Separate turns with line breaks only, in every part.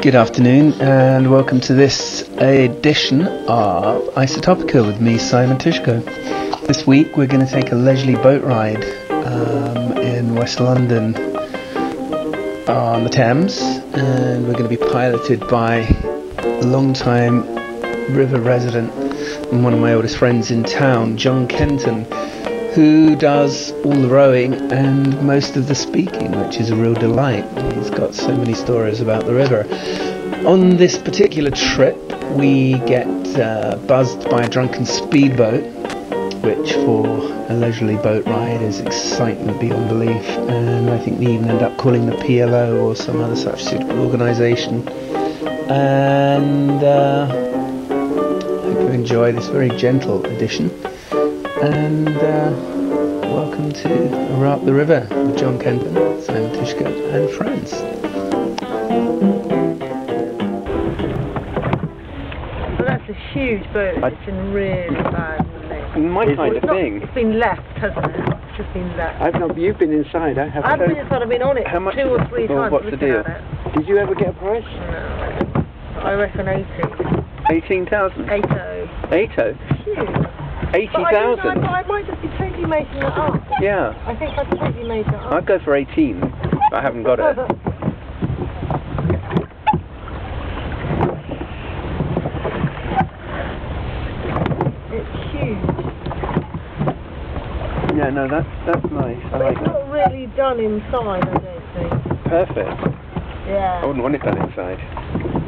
Good afternoon, and welcome to this edition of Isotopica with me, Simon Tishko. This week we're going to take a leisurely boat ride um, in West London on the Thames, and we're going to be piloted by a long-time river resident and one of my oldest friends in town, John Kenton, who does all the rowing and most of the speaking, which is a real delight. He's got so many stories about the river. On this particular trip, we get uh, buzzed by a drunken speedboat, which for a leisurely boat ride is excitement beyond belief. And I think we even end up calling the PLO or some other such suitable organisation. And uh, hope you enjoy this very gentle edition. And uh, welcome to We're Up the River with John Kempen, Simon Tishko, and friends.
Well, that's a huge boat. It's been really bad. hasn't it?
My kind of
Not-
thing.
It's been left, hasn't it? It's just been left.
I've not. You've been inside. I haven't.
I've been inside, I've been on it
How much
two
is
or
it?
three
Well,
times
what's the
looking
deal?
at it.
Did you ever get a price?
No, I reckon 80.
18,000.
80.
Eighty.
Huge. But I, don't know,
80,000.
I, I might just be totally making that up.
Yeah.
I think I've totally made that up.
I'd go for 18. but I haven't got it.
It's huge.
Yeah, no, that's that's nice. I
But
like
it's
that.
not really done inside, I don't think.
Perfect. I
Yeah.
Oh.
wouldn't want it done inside.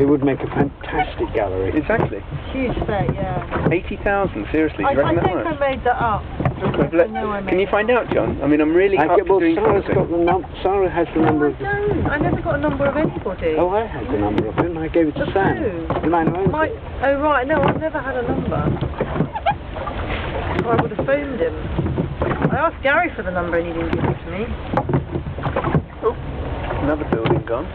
It would make a fantastic gallery.
Exactly.
Huge bet, yeah.
80,000. Seriously,
I,
do you
I
reckon
think
that much?
I made that up.
Okay,
I know I
let- Can
made
you find out, John? I mean, I'm really
I
up
get, well,
to doing
Sarah's
something.
got the num- Sarah has the
No,
number
I
of.
don't. I never got a number of anybody.
Oh, I had the number of him. I gave it to
Of
Sam,
who?
the man who owns
My,
it.
oh right, no, I've never had a number. Or I would have phoned him. I asked Gary for the number and he didn't give it to me.
Another building gone.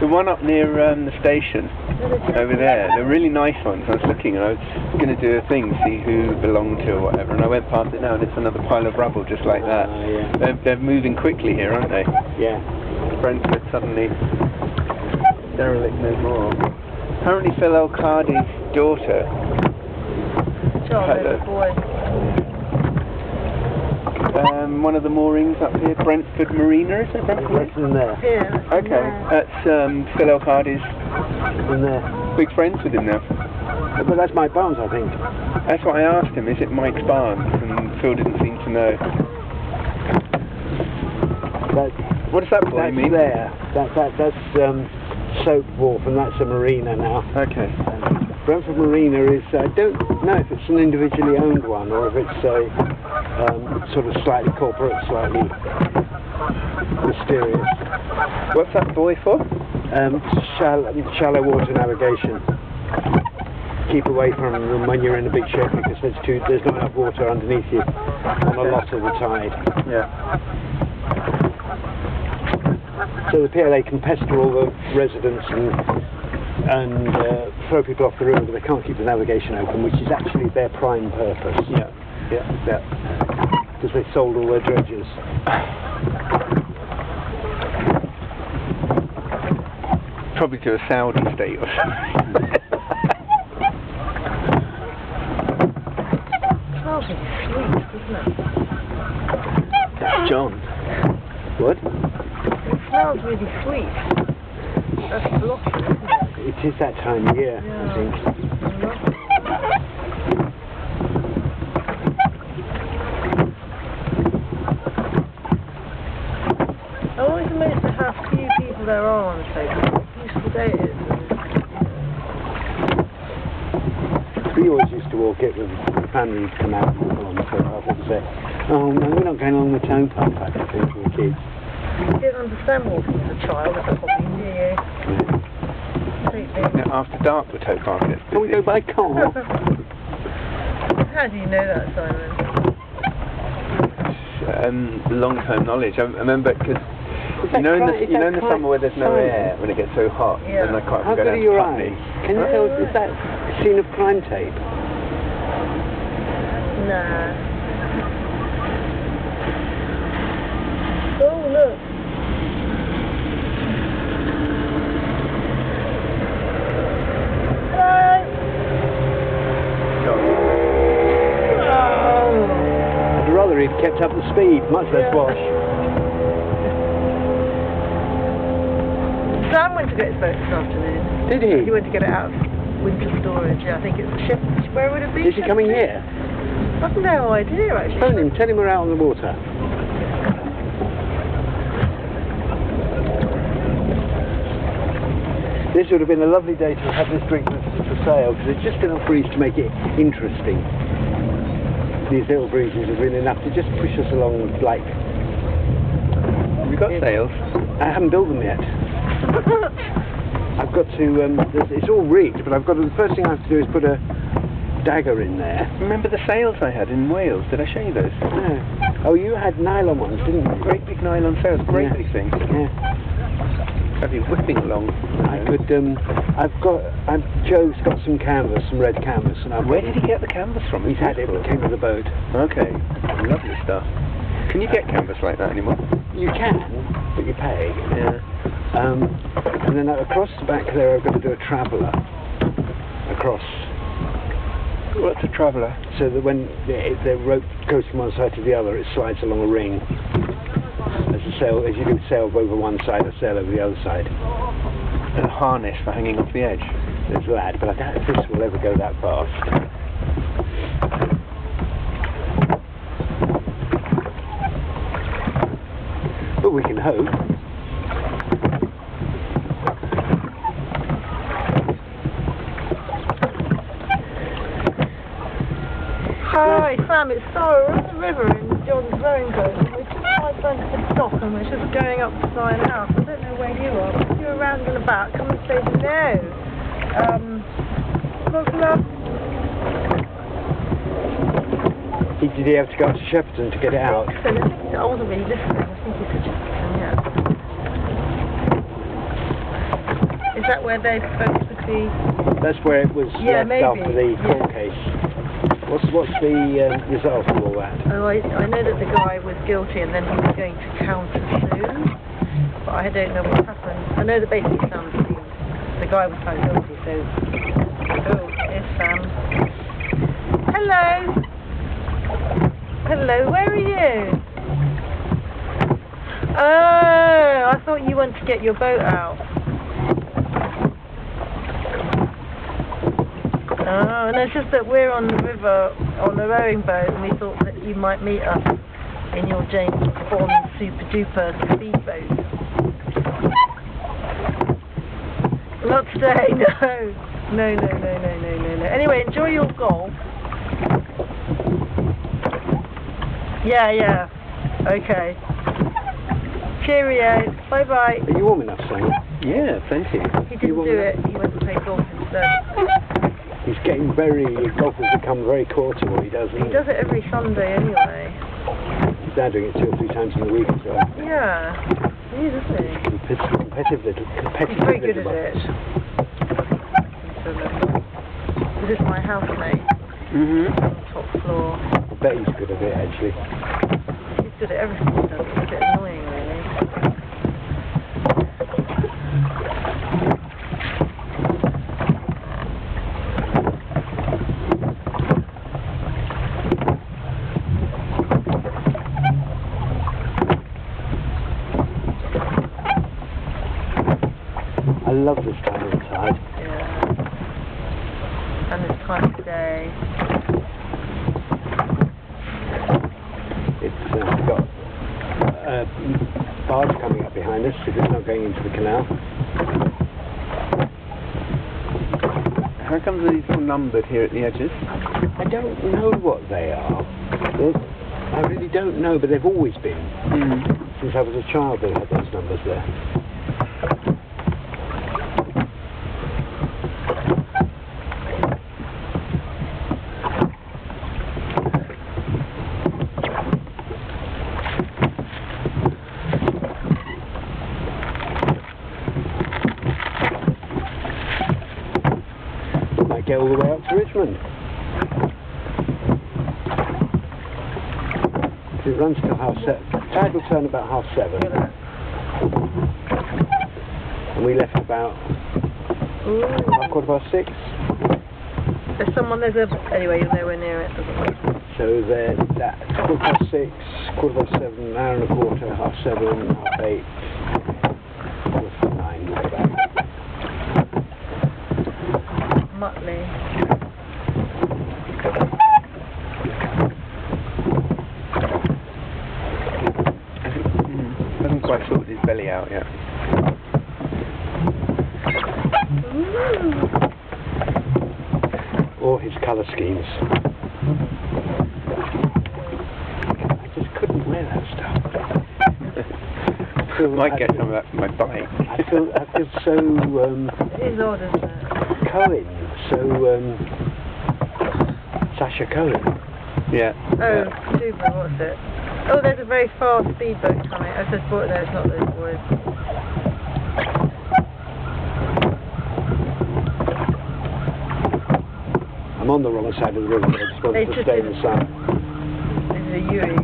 The one up near um, the station over there, they're really nice ones. I was looking and I was going to do a thing, see who belonged to or whatever, and I went past it now and it's another pile of rubble just like that.
Ah, yeah.
They're, they're moving quickly here, aren't they?
Yeah.
Brentford suddenly derelict no more. Apparently Phil El Cardi's daughter
Charles,
Hello.
uh,
little boy.
um, one of the moorings up here, Brentford Marina, is it
That's
Brentford?
from there.
Here.
Okay, that's um, Phil El Cardi's
From there.
big friends with him now.
But that's my bones, I think.
That's what I asked him, is it Mike's Barnes? And Phil didn't seem to know.
That,
What does that boy
that's
mean?
there. That, that, that's um, Soap Wharf, and that's a marina now.
Okay.
Brentford Marina is, I don't know if it's an individually owned one or if it's a um, sort of slightly corporate, slightly mysterious.
What's that boy for?
Um, shallow, shallow water navigation. Keep away from them when you're in a big ship because there's too there's not enough water underneath you on a lot of the tide.
Yeah.
So the PLA can pester all the residents and and uh, throw people off the river, but they can't keep the navigation open, which is actually their prime purpose.
Yeah.
yeah, yeah. Because they sold all their dredges.
Probably to a Saudi state or something.
Charles is sweet, isn't it?
John.
What?
It smells really sweet. That's blossom, isn't it?
It is that time of year, I think.
I love it. I always amazed at how few people there are on the table. Beautiful day it is.
We always used to walk it with the family would come out and walk along the towpath and say, oh no, we're not going along the towpath, I don't think, we were kids.
You don't understand walking as a child, that's probably do you? Completely.
Now, after dark, we're towed past it.
Can we go by car?
How do you know that, Simon?
Um, long-term knowledge. I, I remember because you know, in
that cri- is
the, you know in
that
the summer where there's no
crime?
air when it gets so hot,
Yeah.
and I quite
How
go
good
down
are
to
your
Putney.
eyes? Can you tell, is that a scene of crime tape?
Nah. Oh, look.
we'd kept up the speed, much less
Yeah.
wash.
Sam went to get his boat this afternoon.
Did he?
He went to get it out of winter storage. Yeah, I think it's ship. Where would it be?
Is he coming here?
I've no idea actually.
Phone him, tell him we're out on the water. This would have been a lovely day to have this drink that's for sale because there's just enough breeze to make it interesting. These little breezes have been enough to just push us along with life.
Have you got
Yeah.
sails?
I haven't built them yet. I've got to, um, there's- it's all rigged, but I've got to, the first thing I have to do is put a dagger in there.
Remember the sails I had in Wales? Did I show you those?
No. Oh, you had nylon ones, didn't you?
Great big nylon sails, great
Yeah.
big things.
Yeah.
Have you whipping along?
I could. Um, I've got. I've, Joe's got some canvas, some red canvas, and I've.
Where did he get the canvas from?
He's
It's
had it.
useful.
It came with the boat.
Okay, lovely stuff. Can you get canvas like that anymore?
You can, but you pay.
Yeah.
Um, and then across the back there, I've got to do a traveller. Across,
What's a traveller?
so that when the, the rope goes from one side to the other, it slides along a ring. As a sail, as you do sail over one side, a sail over the other side.
A harness for hanging off the edge.
There's that, but I doubt if this will ever go that fast. But we can hope.
Hi, Sam. It's Sarah. We're on the river in John's rowing boat. and We just tried going to the dock and we're just going up to Zion House. I don't know where you are. But if you're around and about, come and say no. Um, look, love.
He, did he have to go up to Shepperton to get it out?
So the thing that I wasn't really listening. I think you said just coming out. Is that where they basically?
That's where it was
Yeah,
left
maybe,
after the court
yeah.
case. What's, what's the um, result of all that?
Oh, I, I know that the guy was guilty and then he was going to counter sue, but I don't know what happened. I know that basically Sam seemed, the guy was found guilty, so. Oh, here's Sam. Hello! Hello, where are you? Oh, I thought you went to get your boat out. Oh, no, it's just that we're on the river on a rowing boat and we thought that you might meet us in your James Bond super duper speedboat. Not today, no. No, no, no, no, no, no, no. Anyway, enjoy your golf. Yeah, yeah. Okay. Cheerio. Bye bye.
Are you warm enough, Sam?
Yeah, plenty.
He didn't
want
do
me-
it. He went to play golf instead.
He's getting very, golf has become very core to what he does.
He does it every Sunday anyway.
He's now doing it two or three times in the week as well.
Yeah. He is, isn't he?
Competitive, competitive little, competitive
He's very good
little
at it.
bugger.
This is my housemate
Mm-hmm.
on the top floor.
I bet he's good at it actually.
He's good at everything he does. It's a bit annoying, really.
I love this time inside.
Yeah. And this time of day.
It's uh, got a barge coming up behind us if it's not going into the canal.
How come these all numbered here at the edges?
I don't know what they are. There's- I really don't know, but they've always been. Hmm.
Mm.
Since I was a child, they had those numbers there. Might get all the way up to Richmond. It runs till half seven. Tide will turn about half seven.
Look at
And we left about
that. Ooh.
half quarter past six.
There's someone, there's a. Anyway, you're nowhere near it. doesn't matter.
So So there, that quarter past six, quarter past seven, hour and a quarter, half seven, half eight, quarter to nine, we'll be back.
Muttley.
Hasn't,
Mm-hmm.
mm, hasn't quite sorted his belly out yet.
Or his colour schemes. I just couldn't wear that stuff. I feel-
Might get
I
some of that from my
I
bike.
feel, I feel so um,
It is odd, isn't it?
Cohen, so um, Sasha Cohen.
yeah.
Oh,
yeah.
super, what's it? Oh, there's a very fast speedboat coming. I said, but no, it's not those boys.
I'm on the wrong side of the river. I just
They
wanted to
just
stay in
didn't-
the sun.
This is a Yui.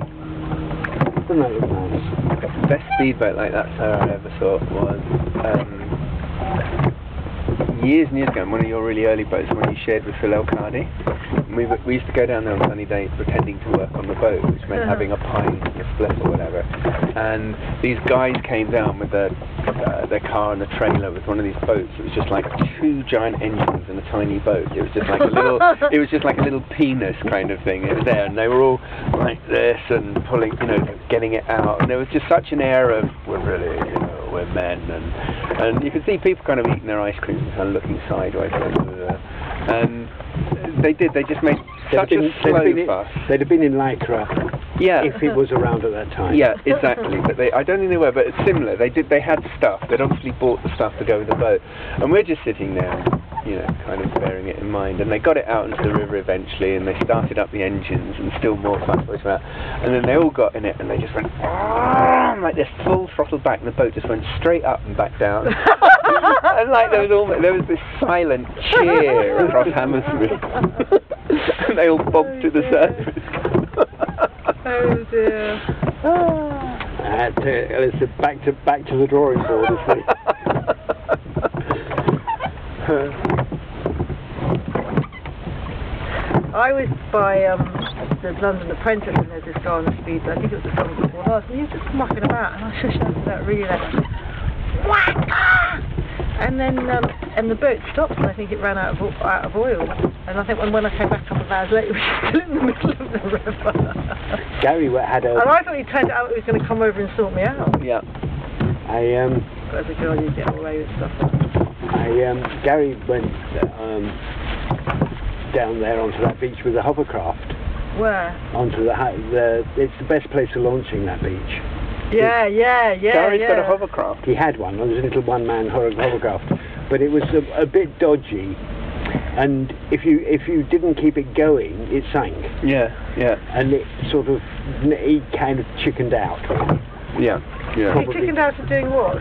Doesn't that look nice?
The best speedboat like that, Sarah, I ever saw was um, years and years ago, in one of your really early boats, when you shared with Phil Elcardy. And we, w- we used to go down there on sunny days pretending to work on the boat, which meant
Uh-huh.
having a pint and a split or whatever. And these guys came down with their, uh, their car and a trailer with one of these boats. It was just like two giant engines and a tiny boat. It was just like a little, it was just like a little penis kind of thing. It was there, and they were all like this and pulling, you know, getting it out. And there was just such an air of we're really, you know, we're men, and and you could see people kind of eating their ice creams and kind of looking sideways. like, "Ugh." And they did. They just made such
They'd have
a
been-
slow
they'd have been in-
fuss.
They'd have been in Lycra
Yeah.
if it was around at that time.
Yeah, exactly. But they, I don't think they were, but it's similar. They did. They had stuff. They'd obviously bought the stuff to go with the boat, and we're just sitting there, you know, kind of bearing it in mind. And they got it out into the river eventually, and they started up the engines, and still more fast boats went out. And then they all got in it, and they just went "Ah," like this full throttle back, and the boat just went straight up and back down. and like there was all there was this silent cheer across Hammersmith, and they all bobbed to the
Oh, dear.
surface.
Oh dear.
I had to, it's a back to back to the drawing board, isn't it?
I was by um, the London Apprentice and there's this guy on the speedboat. I think it was the summer before last, and he was just mucking about, and I just shouted that really loud, "Whack!" Ah!" And then um, and the boat stopped, and I think it ran out of o- out of oil. And I think when, when I came back a couple of hours later, we were still in the middle of the river.
Gary wa- had
and
a,
I thought he turned out he was going to come over and sort me out.
yeah.
a um,
But as a girl, you get away with stuff.
I, um, Gary went um, down there onto that beach with a hovercraft
Where?
onto the, hi- the it's the best place for launching that beach.
Yeah, yeah, yeah.
Gary's
yeah.
got a hovercraft.
He had one. It was a little one-man hover- hovercraft, but it was a, a bit dodgy, and if you if you didn't keep it going, it sank,
Yeah, yeah,
and it sort of he kind of chickened out.
yeah, yeah.
He chickened out of doing what?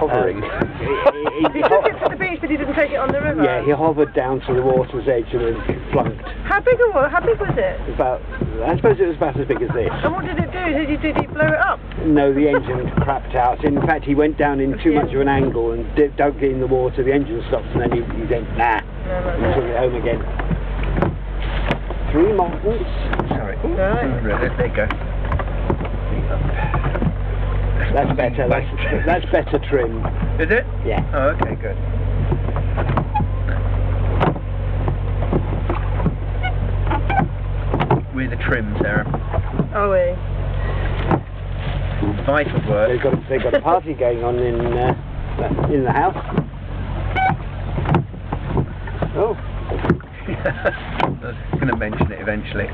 Hovering.
Um, he- he-
He
he
took it to
hov-
the beach, but he didn't take it on the river.
yeah, he hovered down to the water's edge and then flunked.
How big a what? How big was it?
About, I suppose it was about as big as this.
And what did it do? Did he did he blow it up?
No, the engine crapped out. In fact, he went down in too much of an angle and dipped, dug in the water. The engine stopped, and then he, he went nah, and took it home again. Three models.
Sorry.
Right.
There you go.
That's better. That's, that's better trim.
Is it?
Yeah.
Oh, okay, good. With the trim, Sarah.
Oh, we.
Vital
They've
work.
got they've got a party going on in uh, in the house. Oh,
I was going to mention it eventually.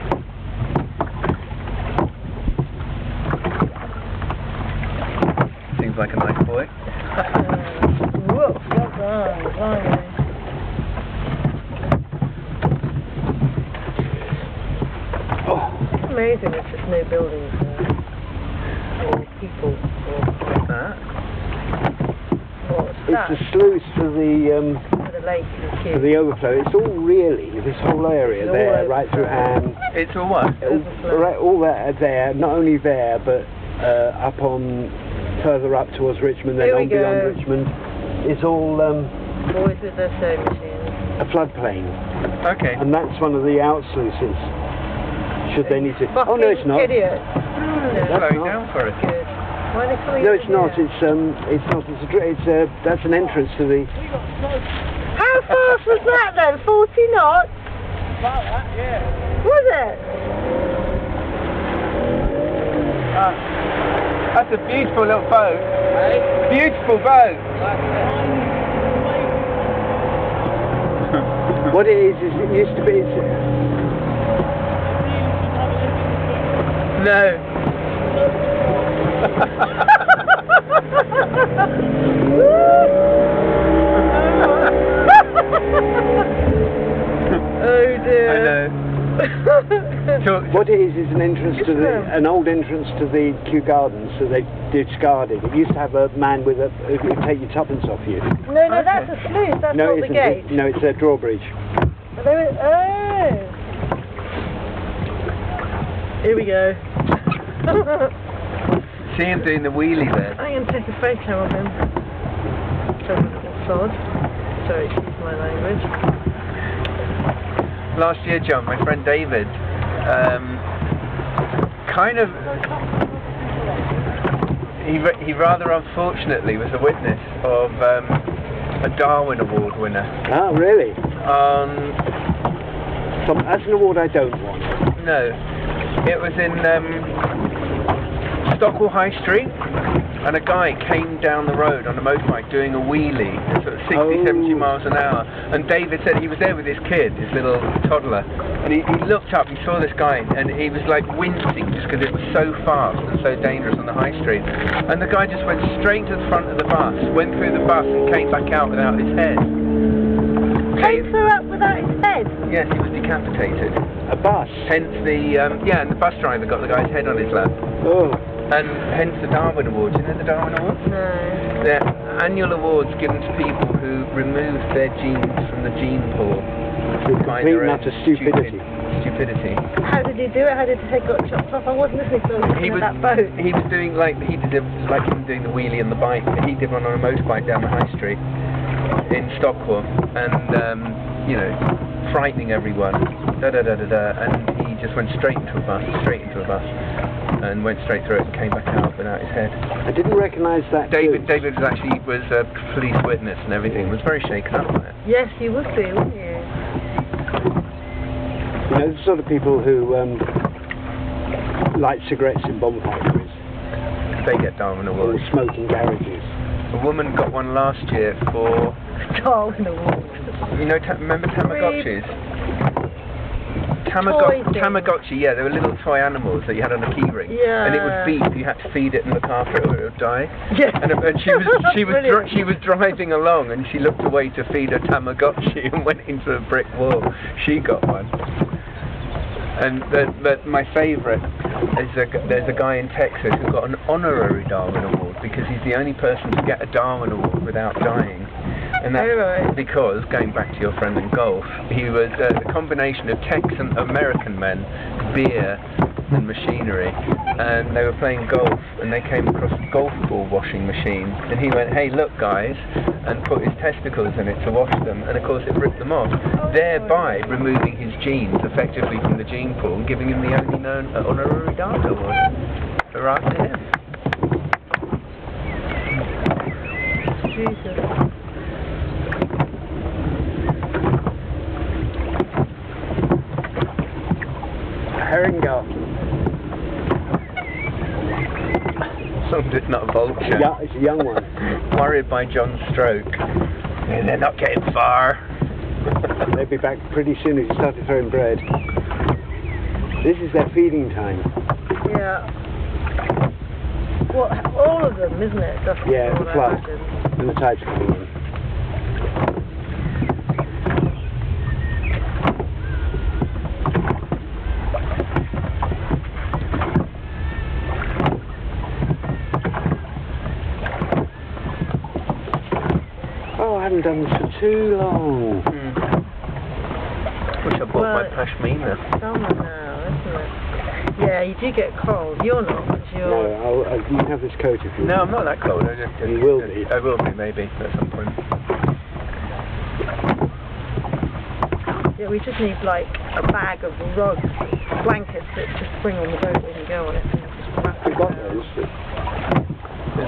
Seems like a nice boy.
Whoa. well done, blimey.
oh,
It's amazing. It's just no buildings or, or people or
That.
what's
it's
that
the sluice for the um,
for the lake and
for
the
the overflow. It's all really this whole area
It's all
there, right through
overflow.
Ham.
It's all what?
all,
Overflow.
right, all that are there, not only there, but uh, up on further up towards Richmond, then
Here we
on beyond
go.
Richmond, is all um,
queue. Boys with their sewing machines.
a floodplain,
Okay.
and that's one of the out sluices. should they need to.
Fucking
Oh no, it's not.
Idiot.
That's
Slow
not.
down for us.
Good. Why they call you
No, it's
an
not.
idiot?
It's um, it's not. It's a. dr- It's a. That's an entrance to the.
How fast was that then? 40 knots? Was it?
That's a beautiful little boat. Beautiful boat.
What it is is it used to be. It's,
No.
oh
I
dear.
know. Talk-
what it is is an entrance to the.
Isn't it?
An old entrance to the Kew Gardens that they discarded. It used to have a man with a who would take your tuppence off you.
no, no, that's a sluice. That's
no,
not
it
the
isn't.
gate.
It, no, it's a drawbridge.
They were, oh. Here we go.
See him doing the wheelie there.
I'm going to take a photo of him. Sod. Sorry, excuse my language.
Last year, John, my friend David, um, kind of, he, ra- he rather unfortunately was a witness of um, a Darwin Award winner.
Ah, really?
Um,
Some, that's an award I don't want.
No, it was in um, Stockwell High Street, and a guy came down the road on a motorbike doing a wheelie, sort of 60,
Oh.
70 miles an hour. And David said he was there with his kid, his little toddler, and he, he looked up, he saw this guy, and he was like wincing just because it was so fast and so dangerous on the high street. And the guy just went straight to the front of the bus, went through the bus, and came back out without his head.
Came through up without his head.
Yes, he was decapitated.
A bus.
Hence the um, yeah, and the bus driver got the guy's head on his lap.
Oh,
And hence the Darwin Awards. You know the Darwin Awards?
No.
They're annual awards given to people who remove their genes from the gene pool.
through
by
complete
their
and
own
utter stupidity.
stupid- Stupidity.
How did he do it? How did his head got chopped off? I wasn't listening to him
He
in
was
that boat.
he was doing like he did a- like him doing the wheelie and the bike, but he did one on a motorbike down the high street in Stockwell, and um, you know, frightening everyone. Da da da da da. And he just went straight into a bus, straight into a bus, and went straight through it and came back out without his head.
I didn't recognise that.
David
dude.
David was actually was a police witness and everything. Was very shaken up by it.
Yes, you would be, wouldn't you?
You know, the sort of people who um, light cigarettes in bonfires
They get Darwin
or
Awards.
smoke in garages.
A woman got one last year for
Darwin Award.
you know ta- remember Tamagotchis.
Toy
Tamago-
thing.
Tamagotchi, yeah, they were little toy animals that you had on a keyring, and it
Yeah.
would beep. You had to feed it and look after it, or it would die.
Yeah.
And, uh, and she was she was
Brilliant.
dri- she was driving along, and she looked away to feed her Tamagotchi, and went into a brick wall. She got one. And the, the, my favourite is a, g- there's a guy in Texas who got an honorary Darwin Award because he's the only person to get a Darwin Award without dying. And that's
Alright.
because, going back to your friend in golf, he was uh, the combination of Texan American men, beer, and machinery. And they were playing golf and they came across a golf ball washing machine. And he went, hey, look, guys, and put his testicles in it to wash them. And of course, it ripped them off, thereby removing his genes effectively from the gene pool and giving him the only known uh, honorary Darwin Award. For after him.
Jesus.
Herring garden.
As long as it's not a vulture.
Yeah, it's a young one.
Worried by John's stroke. And they're not getting far.
They'll be back pretty soon if you start throwing bread. This is their feeding time.
Yeah. Well, all of them, isn't it? That's
Yeah,
all
the
I
flood.
imagine.
And the tide's coming in. Oh, I haven't done this for too long.
Mm-hmm. Wish I bought my
Well-
pashmina.
Summer now, isn't it? Yeah, you do get cold. You're not, but
No,
you're.
I'll, I, you can have this coat if you
No,
want.
I'm not that cold. I just,
You will be.
I will be, maybe, at some point.
Yeah, we just need like a bag of rugs. blankets that just swing on the boat when you go on it. And just wrap
We've got
it around.
those.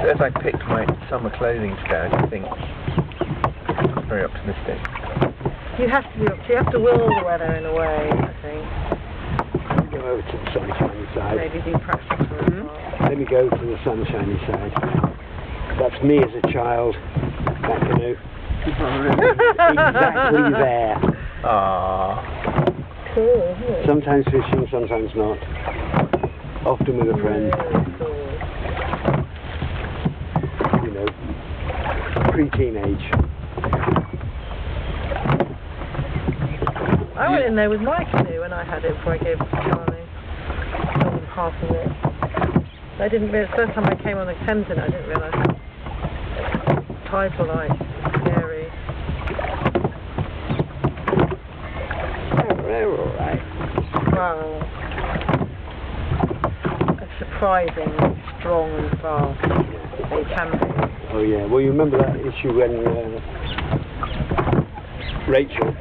As, as I picked my summer clothing today, I think it's very optimistic.
You have to be up to, you have to will the weather in a way, I think.
Let me go over to the sunshiny side.
Maybe do practice for a while.
Let me go to the sunshiny side. That's me as a child. That canoe. Exactly there.
Ah,
Cool, isn't it?
Sometimes fishing, sometimes not. Often with a friend,
Really cool.
you know, pre-teenage.
I went in there with my canoe when I had it before I gave it to Charlie. I was half of it. I didn't realize, first time I came on the Thames in it, I didn't realize tides were like scary.
They're all right.
Wow. A surprising, strong and fast. They can be.
Oh yeah. Well, you remember that issue when uh, Rachel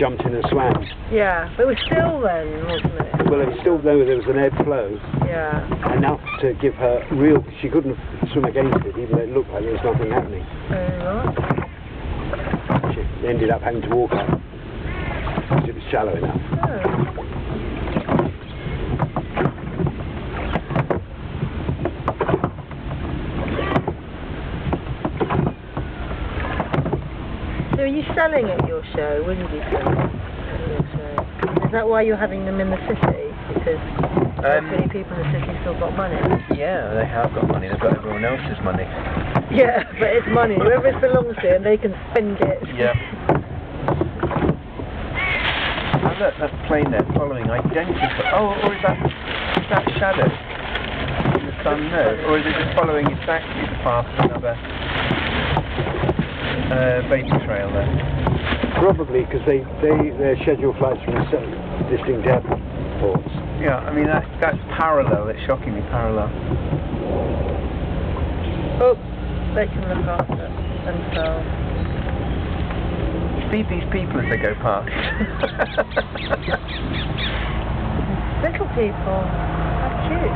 jumped in and swam.
Yeah, but it was still then, wasn't it?
Well, it was still though there was an ebb flow
Yeah.
enough to give her real. She couldn't swim against it, even though it looked like there was nothing happening.
Very nice.
She ended up having to walk up because it was shallow enough.
Oh. So are you selling at your show? Will you be selling at your show? Is that why you're having them in the city? Because hopefully
um,
people in the city still got money.
yeah, they have got money. They've got everyone else's money.
Yeah, but it's money. Whoever it belongs to, and they can spend it.
Yeah. Oh, look, that plane there following identical. Oh, or is that is that shadow? In the sun, no. Or is it just following exactly the path of another uh, vapor trail there?
Probably because they they their schedule flights from certain distinct airports.
Yeah, I mean that that's parallel. It's shockingly parallel.
Oh, they can look after themselves.
Feed these people as they go past.
Little people. How cute.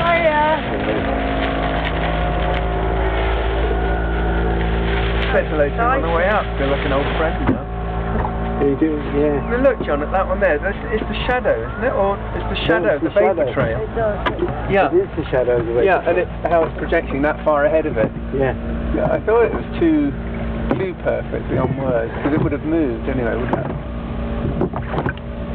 Hiya.
Said hello to them on the way up. Feel like an old friend now.
They do, yeah.
Well, Look, John, at that one there. That's, it's the shadow, isn't it? Or it's the shadow,
it's
the,
the
vapor
shadow.
trail.
It does.
Yeah.
It is the shadow of the way.
Yeah, and it's how it's projecting that far ahead of it.
Yeah.
Yeah, I thought it was too too perfect beyond words because it would have moved anyway, wouldn't it?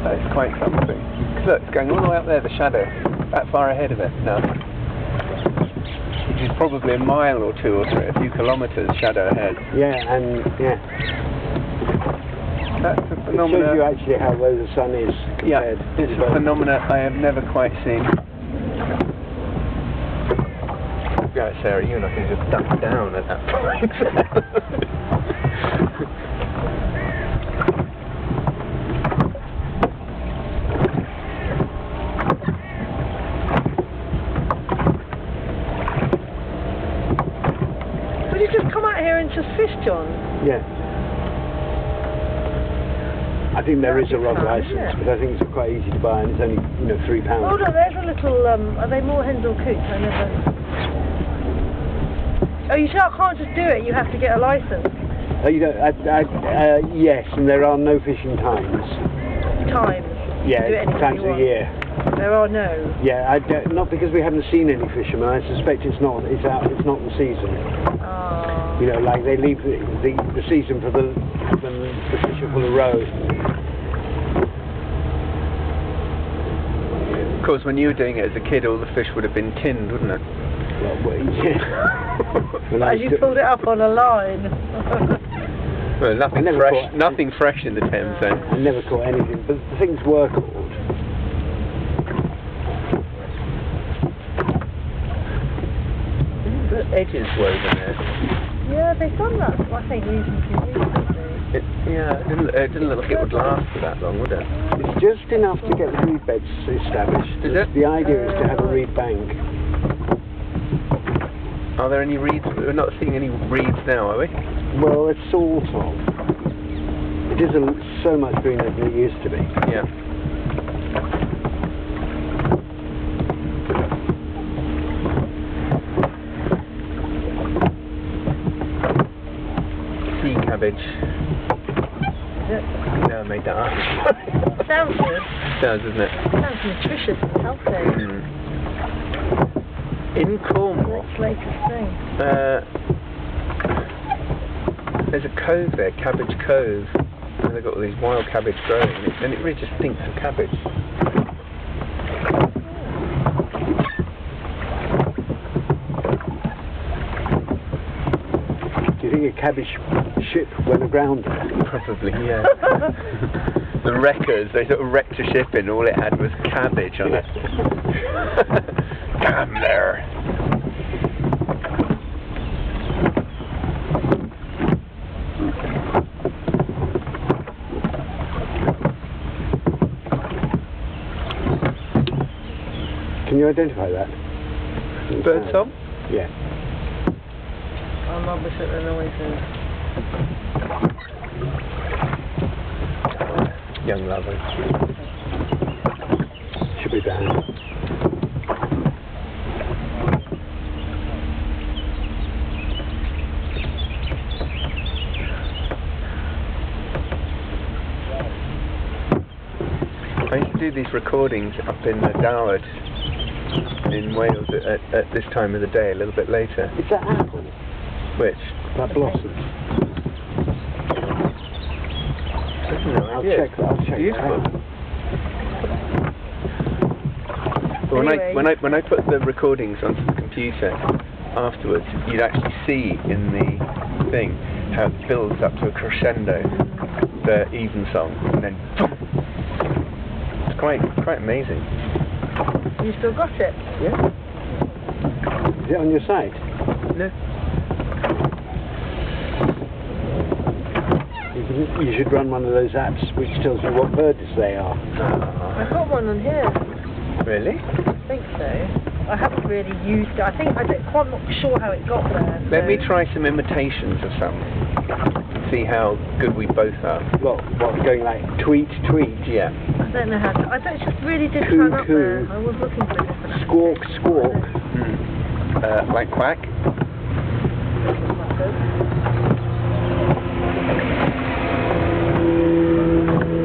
That is quite something. 'Cause Look, it's going all the way up there, the shadow, that far ahead of it now. Which is probably a mile or two or three, a few kilometres shadow ahead.
Yeah, and yeah.
That's a
It shows you
phenomenon.
actually how low the sun is
Yeah,
compared.
it's
to
a phenomenon I have never quite seen.
Yeah, Sarah, you and I can just duck down at that point.
Would you just come out here and just fish, John?
Yeah. I think there is a rod
That'd be fun,
license,
yeah.
but I think it's quite easy to buy, and it's only you know three
Oh
pounds.
no, there's a little. Um, are they more hens or coots? I never. Oh, you sure I can't just do it? You have to get a license.
Uh, you don't, I, I, uh, yes, and there are no fishing times.
Times.
Yeah,
do it anytime
times
you
of
want.
the year.
There are no.
Yeah, I don't, not because we haven't seen any fishermen. I suspect it's not. It's out. It's not the season.
Ah.
You know, like they leave the, the, the season for the when the fish are full of roe.
Of course, when you were doing it as a kid, all the fish would have been tinned, wouldn't it?
Well, well, yeah. When I
As
was
you
do-
pulled it up on a line.
Well,
I
nothing
never
fresh,
thought-
nothing fresh in the Thames then.
I never caught anything, but the things were caught.
the edges woven there.
yeah, they've done that. Well, I think reasonably recently.
It, yeah, it didn't, it didn't look like it would last for that long, would it?
It's just enough to get the reed beds established.
Is
The-
it?
The idea is to have a reed bank.
Are there any reeds? We're not seeing any reeds now, are we?
Well, it's sort of. It isn't so much greener than it used to be.
Yeah. Sea cabbage. No, I made that up.
Sounds good.
Does, doesn't it?
Sounds nutritious and healthy.
Mm. Hmm. In Cornwall,
Next latest thing.
uh, there's a cove there, Cabbage Cove, and they've got all these wild cabbage growing, and it, and it really just stinks of cabbage.
Do you think a cabbage ship went aground there?
Probably, yeah. the wreckers, they sort of wrecked a ship and all it had was cabbage on it. Come there.
Can you identify that?
Birdsong?
Yeah.
I'm rubbish at the noises.
Young lovers.
Should be banned.
I used to do these recordings up in the Darwad in Wales at, at, at this time of the day, a little bit later,
Is that apple?
which
That blossom?
I don't know,
I'll
yeah,
check that. I'll check
beautiful.
that.
But when I
Anyway.
when I when I put the recordings onto the computer afterwards, you'd actually see in the thing how it builds up to a crescendo, the evensong, and then it's quite quite amazing.
You still got it?
Yeah.
Is it on your site?
No.
You, can, you should run one of those apps which tells you what birds they are.
I've got one on here.
Ah, Really?
I think so. I haven't really used it. I think I don't, quite not sure how it got there.
Let me
so-
try some imitations of some. See how good we both are.
Well, what's going like tweet, tweet,
Yeah.
I don't know how. To, I don't, it just really did
Coo,
turn up there.
coo.
I was looking for it.
squawk, squawk.
Mm. Uh, like quack.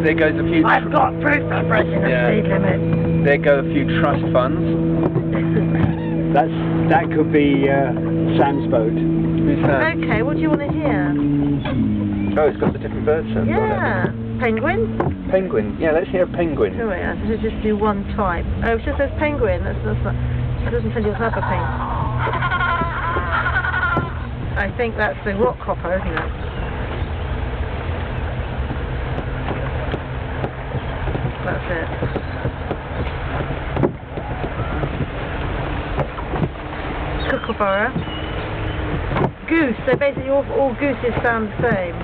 There goes a few.
I've got proof of breaking the
Yeah.
speed limit.
There go a few trust funds.
That's that could be uh, Sam's boat.
Who's that?
okay, what do you want to hear?
Oh, it's got the different bird sounds
Yeah. Penguin?
on it. Penguin. Yeah, let's hear a penguin.
Oh, wait, I should just do one type. Oh, it just says penguin. That's, that's not, it doesn't tell you what's other thing. I think that's the rockhopper, isn't it? That's it. Kookaburra. Goose. So basically, all, all gooses sound the same.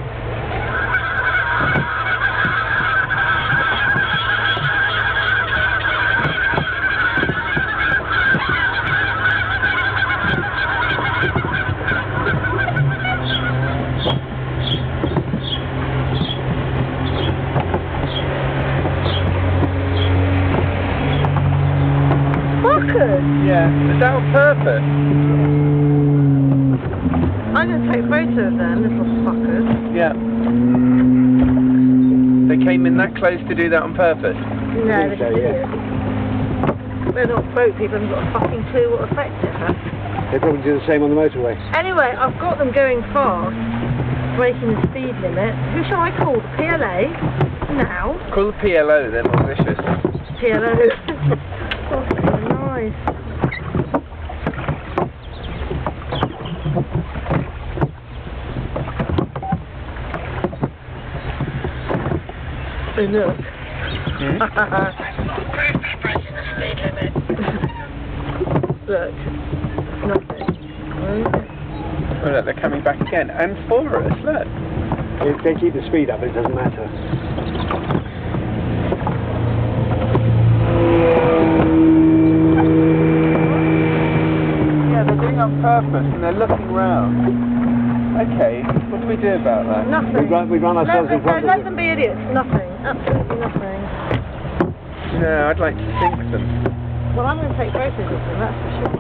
Fuckers!
Yeah. Is that on purpose?
I'm gonna take photos of them, little fuckers.
Yeah. They came in that close to do that on purpose.
No, they
so,
just
yeah.
idiots. They're not boat people, haven't got a fucking clue what effect it has.
They probably do the same on the motorway.
Anyway, I've got them going fast, breaking the speed limit. Who shall I call? The PLA? Now?
Call the PLO, they're more vicious.
PLO. oh, nice. Hey, look.
Hmm?
breaking the speed limit. look. Nothing.
Oh, look, they're coming back again. And for us, look.
If they keep the speed up, it doesn't matter.
Yeah, they're doing it on purpose and they're looking round. Okay, we'll can we do about that?
Nothing.
We run, we run
Let,
ourselves in
them-
front
let
of it.
them be idiots. Nothing. Absolutely nothing.
No, I'd like to think them.
Well, I'm going to take photos of them, that's for sure.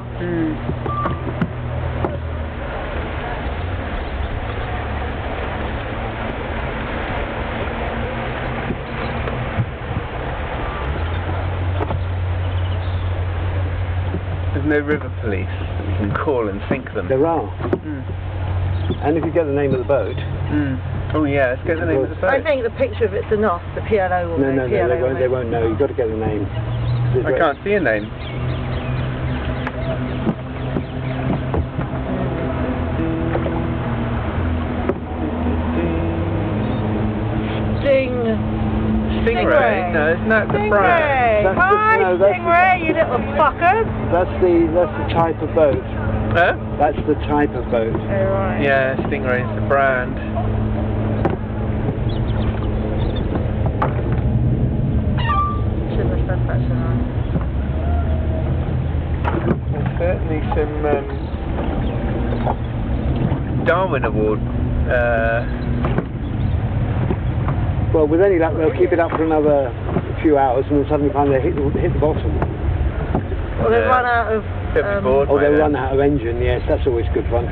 There's no river police. that We can call and think them.
There are.
Hmm.
And if you get the name of the boat,
Mm. Oh yeah, let's get the name of the boat.
I think the picture of it's enough. The PLO will
no,
know.
no, no,
PLO
they won't. They
will
won't know. You've got to get the name.
I can't see a name.
know. Ding. Stingray.
Stingray. No, it's not the brand.
Stingray.
That's the-
Hi,
no, that's the-
Stingray, you little fuckers.
That's the that's the type of boat.
Huh?
That's the type of boat.
Oh, right.
Yeah, Stingray's the brand.
Shouldn't have said that, should I?
There's certainly some um, Darwin Award. Uh,
Well, with any luck, they'll keep it up for another few hours, and then suddenly find they hit the, hit the bottom,
Well, they've
Yeah.
run out of.
They'll be
um,
bored.
or
by
they'll
then.
run out of engine. Yes, that's always good fun.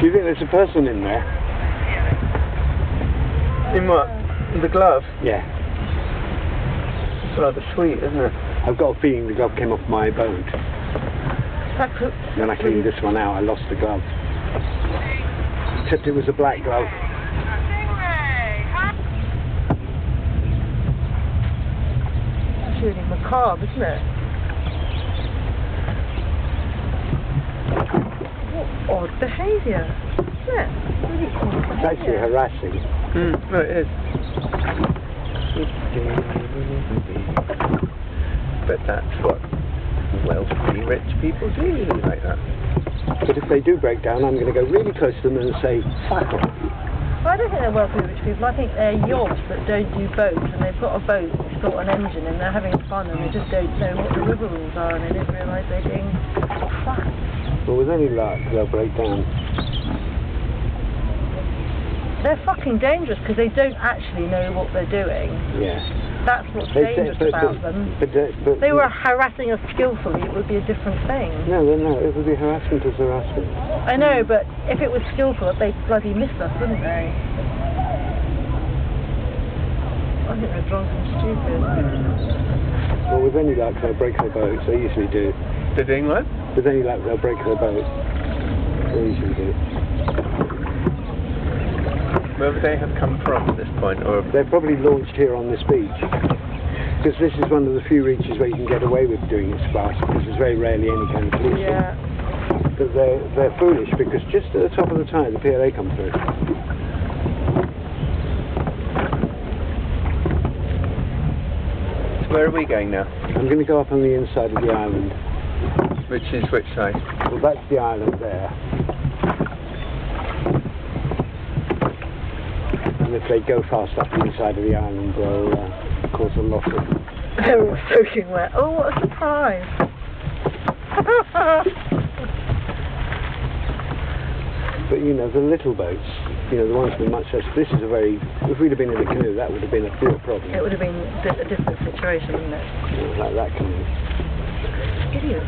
Do you think there's a person in there?
In what? The glove.
Yeah,
It's rather sweet, isn't it?
I've got a feeling the glove came off my boat. When I cleaned this one out, I lost the glove. Except it was a black glove.
That's really macabre, isn't it? What odd behaviour, isn't it? Really odd
It's actually
behaviour.
harassing.
Mm, no, it is. But that's what wealthy, rich people do like that.
But if they do break down, I'm going to go really close to them and say, fuck off.
I don't think they're wealthy rich people. I think they're yachts that don't do boats, and they've got a boat that's got an engine, and they're having fun, and they just don't know what the river rules are, and they don't realise they're doing crap.
Well, with any luck, they'll break down.
They're fucking dangerous because they don't actually know what they're doing.
Yeah.
That's what's
They say-
dangerous
but-
about
but-
them.
But, uh, but
They were harassing us skillfully, it would be a different thing.
No, no, no. It would be harassment as harassment.
I know, but if it was skillful, they bloody missed us, wouldn't they? I think they're drunk and stupid.
Well, with any luck, they'll break their boats. They usually do.
They're doing what?
With any luck, they'll break their boats. They usually do.
Where would they have come from at this point? Or
They're probably launched here on this beach. Because this is one of the few reaches where you can get away with doing it fast, because there's very rarely any kind of pollution.
Yeah.
But they're, they're foolish, because just at the top of the tide, the PLA come through.
where are we going now?
I'm going to go up on the inside of the island.
Which is which side?
Well, that's the island there. And if they go fast up the inside of the island, they'll uh, cause a lot of
They're all soaking wet. Oh, what a surprise.
But you know, the little boats, you know, the ones with much less. This is a very. If we'd have been in a canoe, that would have been a real problem.
it would have been di- a different situation, wouldn't it?
Like that canoe.
Idiot.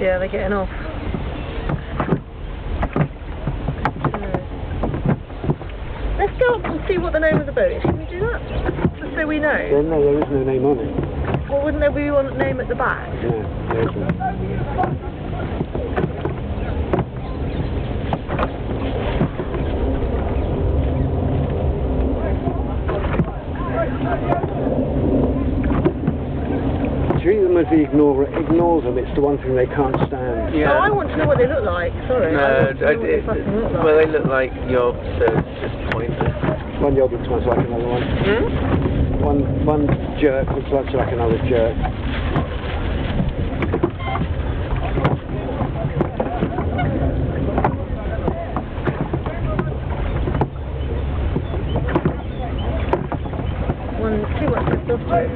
Yeah, they're getting off. Let's go up and see what the name of the boat is. Can we do that? Just so we know.
Then no, there is no name on it.
Well, wouldn't there be one name at the back?
No, there isn't. Treat them as the ignorer. Ignore them. It's the one thing they can't stand.
Oh, I want to know what they look like. Sorry. I
No,
want to know
I-
what they
it-
fucking look like.
well, they look like yobs, so it's just pointless.
One yob looks much like another one.
Hmm?
One one jerk looks much like another jerk.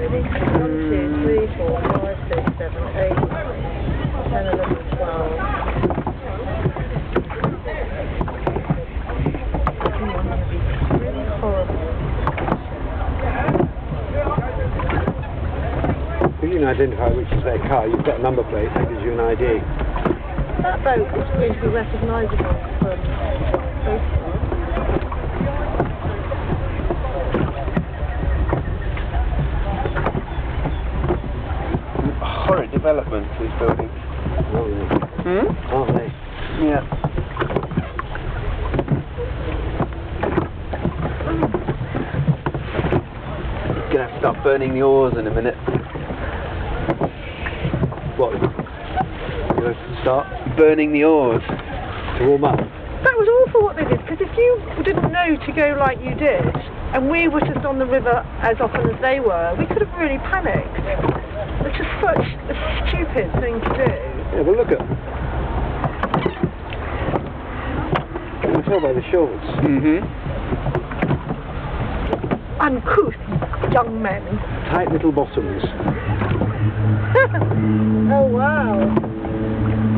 really. 1, 2, 3, 4, 5, 6, 7, 8, 9, 10, 11, 12. Really horrible.
If you can identify which is their car, you've got a number plate, that gives you an ID.
That boat was really recognisable from
Horrid developments, these buildings. Hmm?
Aren't they?
Yeah. Gonna have to start burning the oars in a minute.
What? You know, to start
Burning the oars.
to warm up.
That was awful what they did, because if you didn't know to go like you did, and we were just on the river as often as they were, we could have really panicked. Which is such a stupid thing to do.
Yeah, well, look at them. You can tell by the shorts.
Mm-hmm.
Uncouth young men.
Tight little bottoms.
oh wow.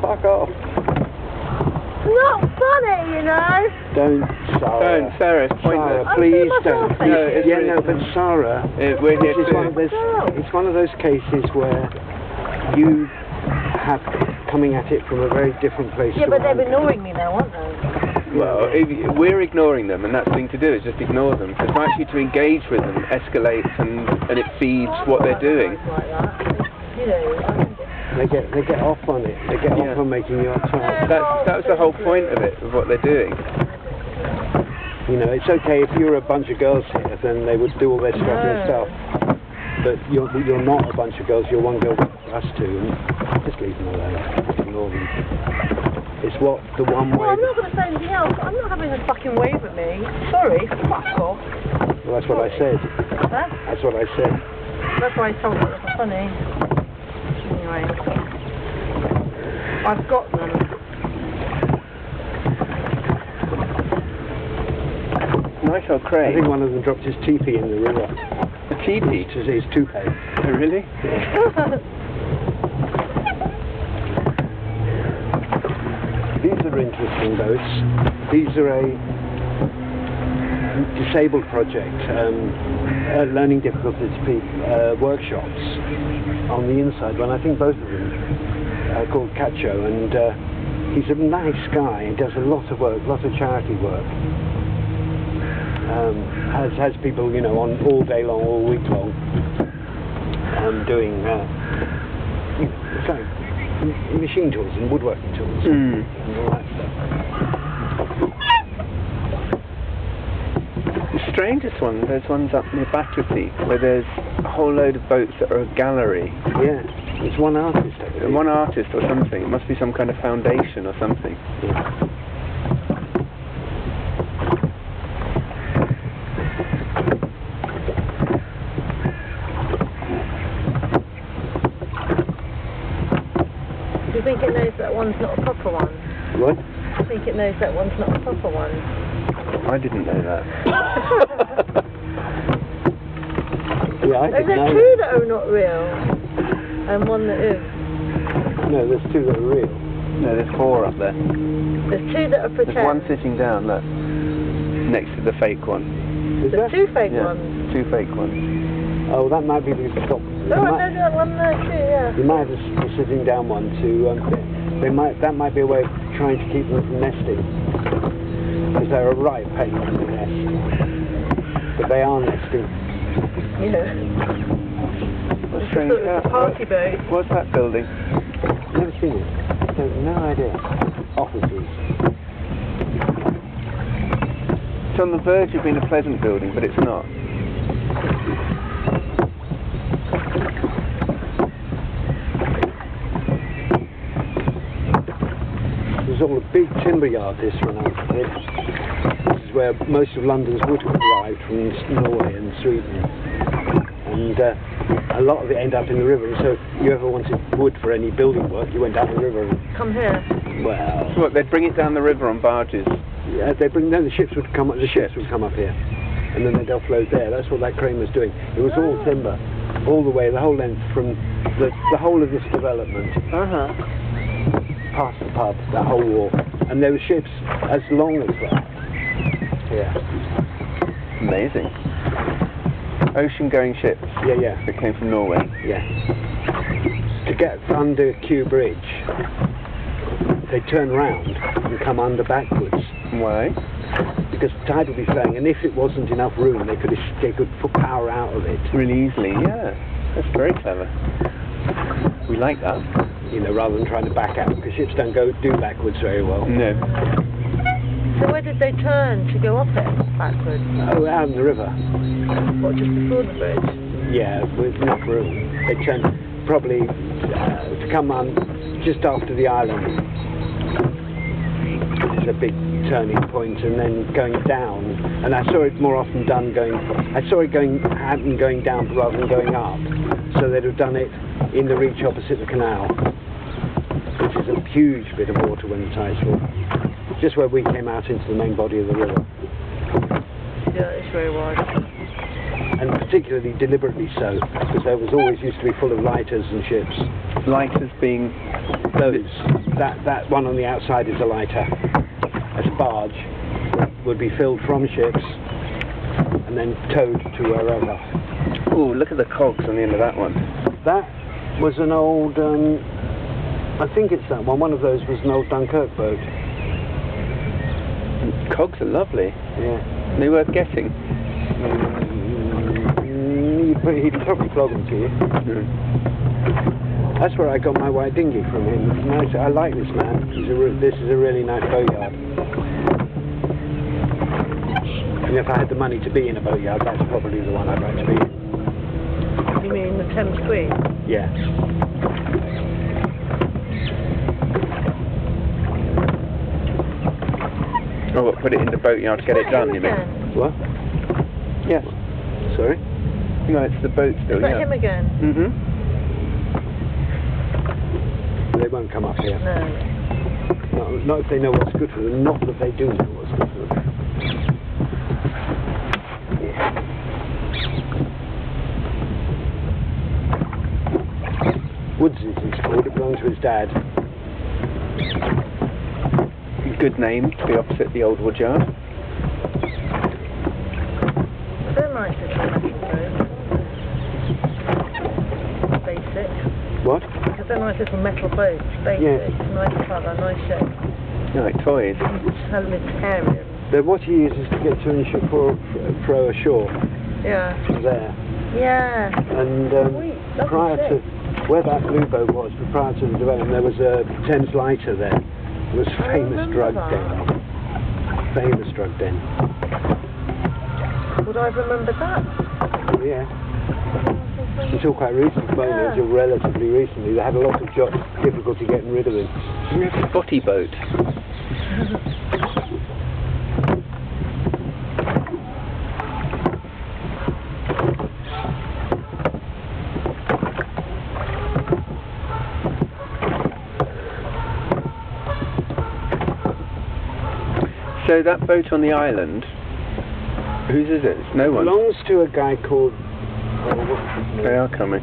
Fuck off.
Not funny, you know.
Don't, Sarah.
Don't, Oh, Sarah, it's pointless.
Sarah,
I'm
please
doing
don't.
myself, No,
it's
yeah, no,
really
but Sarah,
Uh, we're here
this is one
to...
of those,
No.
it's one of those cases where you have coming at it from a very different place.
Yeah,
to
but they're
mine.
ignoring me now, aren't they?
Well, if you- we're ignoring them, and that's the thing to do, is just ignore them. Because actually to engage with them escalates and, and it feeds what they're doing.
Like that. You know, I think it's-
They get they get off on it. They get
Yeah.
off on making you uptight.
That's, that was the whole point of it, of what they're doing.
You know, it's okay if you were a bunch of girls here, then they would do all their stuff themselves. But you're you're not a bunch of girls. You're one girl, us two. And just leave them alone. Just ignore them. It's what the one
Well,
way.
I'm not going to say anything else. I'm not having a fucking wave at me. Sorry, fuck off.
Well, that's what I said.
Huh?
That's what I said.
That's why I told her it was funny. Anyway. I've got them.
Nice old
I
crane.
think one of them dropped his teepee in the river.
The teepee.
His, his toupee.
Oh, Really?
These are interesting boats. These are a disabled project, um, uh, learning difficulties people, uh, workshops on the inside one. I think both of them are called Cacho, and uh, he's a nice guy. He does a lot of work, lot of charity work. Um, has has people you know on all day long, all week long, um, doing uh, you know, it's like m- machine tools and woodworking tools
Hmm.
and all that stuff.
The strangest one, there's ones up near Battersea where there's a whole load of boats that are a gallery.
Yeah, it's one artist. I
And
believe.
One artist or something. It must be some kind of foundation or something.
Do you think it knows that one's not a proper one?
What?
Do you think it knows that one's not a proper one?
I didn't know that.
Yeah, I
Is
didn't
there
know.
two that are not real? And one that is.
No, there's two that are real.
No, there's four up there.
There's two that are pretend.
There's one sitting down, look. Next to the fake one.
Is
There's two
there?
fake
Yeah.
ones.
Two fake ones.
Oh, that might be the stop.
Oh, I know that one there too, yeah.
You might have the sitting down one to. Um, they might. That might be a way of trying to keep them from nesting. Because they're a right pain to nest. But they are nesting.
Yeah. I
What a
thought
strange
it was a
house.
party boat.
What's that building?
Never seen it. No, no idea. Offices.
It's on the verge of being a pleasant building, but it's not.
There's all a big timber yard. This one. out here. This is where most of London's wood arrived from s- Norway and Sweden. And uh, a lot of it ended up in the river. And so if you ever wanted wood for any building work, you went down the river. And,
Come here.
well,
So what, they'd bring it down the river on barges.
yeah, they bring no, the ships would come up. The ships would come up here, and then they'd offload there. That's what that crane was doing. It was all timber, all the way, the whole length from the, the whole of this development
Uh huh.
past the pub, that whole wall, and there were ships as long as that. Yeah,
Amazing. Ocean-going ships
yeah, yeah,
that came from Norway.
yeah. To get under Kew Bridge, they turn round and come under backwards
Why?
because the tide would be flowing, and if it wasn't enough room, they could es- they could put power out of it.
Really easily, yeah. That's very clever. We like that.
you know, rather than trying to back out because ships don't go do backwards very well.
No.
So where did they turn to go up it? Backwards.
Oh, out in the river.
What, just before the bridge?
Yeah, with enough room. They turn um, probably uh, to come on just after the island. It's a big turning point, and then going down. And I saw it more often done going. I saw it going happen going down rather than going up. So they'd have done it in the reach opposite the canal, which is a huge bit of water when the tide's full. Just where we came out into the main body of the river.
Yeah, it's very wide.
and particularly deliberately so, because there was always used to be full of lighters and ships.
Lighters being
Those, that, that one on the outside is a lighter. That's a barge would be filled from ships and then towed to wherever.
Ooh, look at the cogs on the end of that one.
That was an old, um, I think it's that one. One of those was an old Dunkirk boat.
Cogs are lovely.
Yeah.
They worth getting.
Mm, but he'd probably flog them to you.
Hmm.
That's where I got my white dinghy from him. It's nice. I like this man. He's a re- this is a really nice boatyard. And if I had the money to be in a boatyard, that's probably the one I'd like to be in.
You mean the Thames Queen?
Yeah.
Oh, what, put it in the boatyard to get it done, you mean?
again?
What?
Yes.
Sorry?
No, it's the boat still,
Is that
yeah.
him again?
Mm-hmm.
They won't come up here.
No.
Not, not if they know what's good for them. Not that they do know what's good for them. Woodsy's it's called. It belonged to his dad.
Good name to be opposite the old woodyard.
They're nice little metal boats. Basic.
What?
Because they're nice little metal boats. Basic. Nice colour, nice shape.
You like toys.
Hermitarium.
Then what he uses to get to and sh- for, for ashore
Yeah.
from there.
Yeah.
And um,
Sweet. Lovely
prior to
shape.
where that blue boat was, but prior to the development, there was a Thames lighter there. It was
I
famous
remember
drug
that.
den. Famous drug den.
Would I remember that?
Oh, Yeah. Until quite recently, well,
Yeah.
until relatively recently, they had a lot of jo- difficulty getting rid of him.
Spotty boat. So that boat on the island, whose is it? It's no one.
Belongs to a guy called. oh, what's his
They
name?
are coming.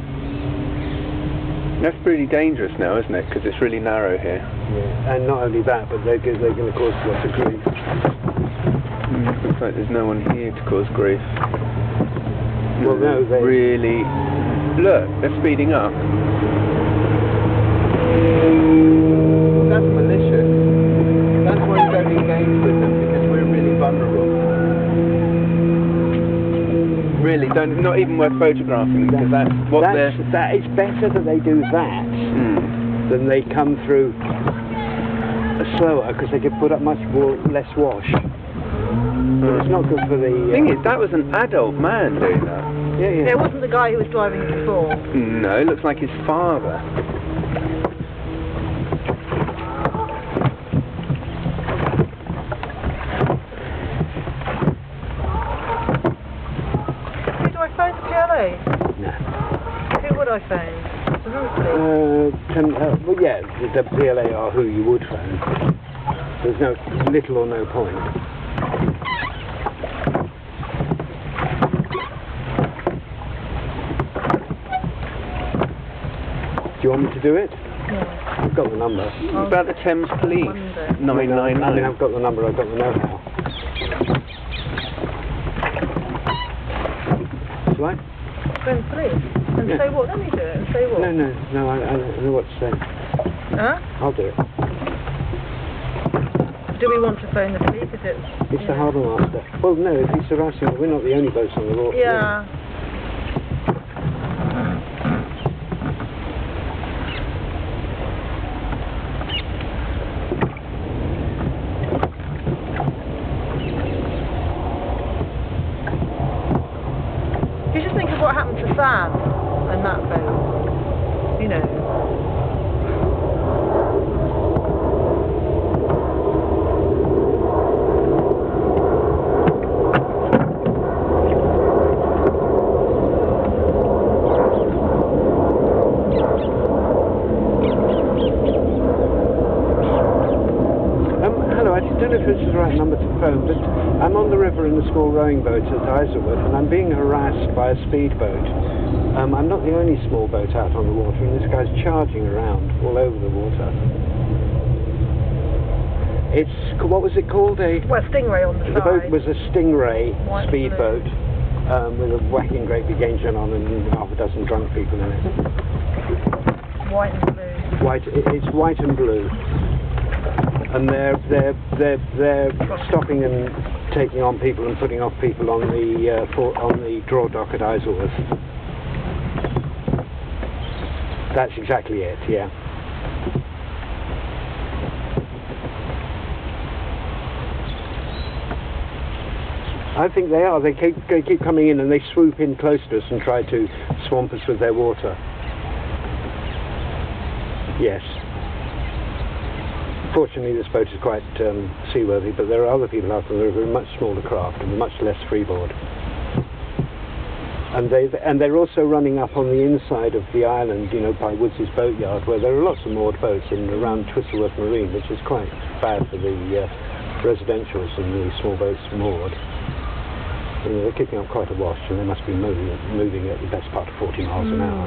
That's pretty dangerous now, isn't it? Because it's really narrow here.
Yeah. And not only that, but they're, go- they're going to cause lots of grief.
Mm, looks like there's no one here to cause grief.
Well, no, they-
Really. Look, they're speeding up. That's malicious. That's why we don't engage with them because we're really vulnerable. Really, don't. Not even worth photographing because that's what
That's,
they're.
that is better that they do that
Mm,
than they come through slower because they can put up much more, less wash. But it's not good for the.
The
Uh,
thing is, that was an adult man doing that.
yeah, yeah.
Yeah, it wasn't the guy who was driving before.
No, it looks like his father.
I phone? Honestly.
Uh, can, uh, well, yeah, the, the PLA are who you would phone. There's no little or no point. Do you want me to do it?
Yeah.
I've got the number.
I'll
About the Thames Police,
Monday.
I mean,
990.
I've got the number. I've got the know-how. Shall I?
phone police. And
Yeah.
say what? Let me do it. And say what?
No, no, no. I, I know what to say.
Huh?
I'll do it.
Do we want to phone the police? Is it?
It's the harbour master. Well, no, if he's harassing us, we're not the only boats on the water.
Yeah. You just think of what happened to Sam and that boat. You know.
Um, hello, I don't know if this is the right number to phone, but I'm on the river in a small rowing boat at Isleworth, and I'm being harassed by a speedboat. Um, I'm not the only small boat out on the water, and this guy's charging around all over the water. It's c- what was it called? A
Well, Stingray on the
the
side.
boat was a Stingray
White
speedboat um, with a whacking great big engine on and half a dozen drunk people in it.
white and blue.
white. it- It's white and blue, and they're they're they're they're stopping and taking on people and putting off people on the uh, for, on the draw dock at Isleworth. That's exactly it. Yeah. I think they are. They keep, they keep coming in and they swoop in close to us and try to swamp us with their water. Yes. Fortunately, this boat is quite um, seaworthy, but there are other people out on the river in much smaller craft and much less freeboard. And they and they're also running up on the inside of the island, you know, by Woods's boatyard, where there are lots of moored boats in around Twistlesworth Marine, which is quite bad for the uh, residentials and the small boats moored. You know, they're keeping up quite a wash, and they must be moving moving at the best part of 40 miles an hour.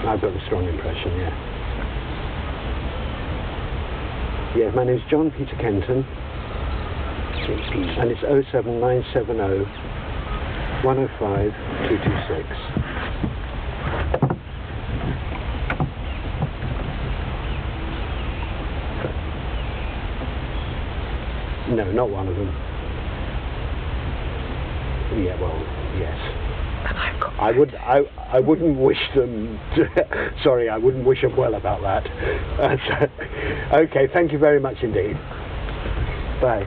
I've got a strong impression, yeah. Yeah, my name's John Peter Kenton. And it's 07970 105 226. No, not one of them. Yeah, well, yes.
And I've got.
I would I, I wouldn't wish them sorry I wouldn't wish them well about that. That's- okay, thank you very much indeed. Bye.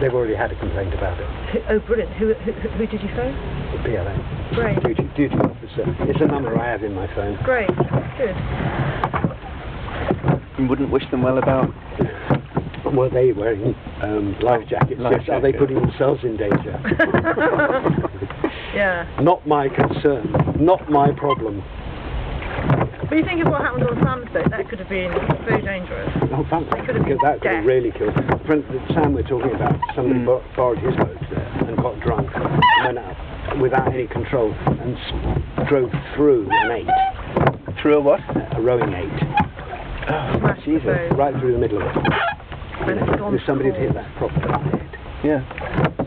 They've already had a complaint about it.
Oh, brilliant. Who, who, who did you phone?
The PLA
Great.
duty duty officer. It's a number I have in my phone.
Great. Good.
You wouldn't wish them well about
Were they wearing um, life jackets?
Life
yes. Are they
jacket.
putting themselves in danger?
yeah.
Not my concern. Not my problem.
But you think of what happened on Sam's boat, that could have been so dangerous.
Oh, that,
They could have been
that could have
dead.
really killed. For instance, Sam, we're talking about somebody
Mm.
bor- borrowed his boat and got drunk and went out without any control and s- drove through an eight,
through a what?
a rowing eight,
Smashed the boat.
right through the middle of it.
And it's gone
If somebody had hit
through.
that properly,
Yeah.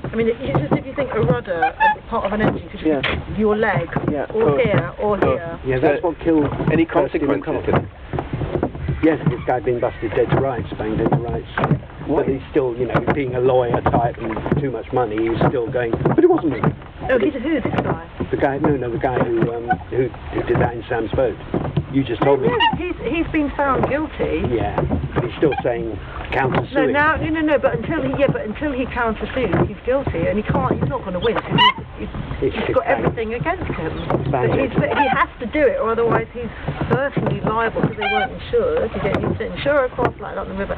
I mean, it- you just if you think a rudder as part of an engine, could
Yeah.
be your leg,
Yeah,
or
or-
here, or
or-
here.
yeah, that's
So,
what killed
Any
uh, Stephen
consequences? to
Connell.
them?
Yes, this guy had been busted dead to rights, banged dead to rights.
Why?
But he's still, you know, being a lawyer type and too much money, he's still going. But it wasn't me.
Oh, he's a who, this guy?
The guy, no, no, the guy who um, who, who did that in Sam's boat. You just told me.
He's, he's been found guilty.
Yeah, but he's still saying counter
No,
suing.
now, no, no, no, but until he, yeah, but until he countersues, he's guilty, and he can't, he's not going to win, 'cause he's, he's
It's just
got
bang-
everything against him. But
banging.
he's, but he has to do it, or otherwise he's personally liable because they weren't insured. You don't need to insure a craft like that on the river.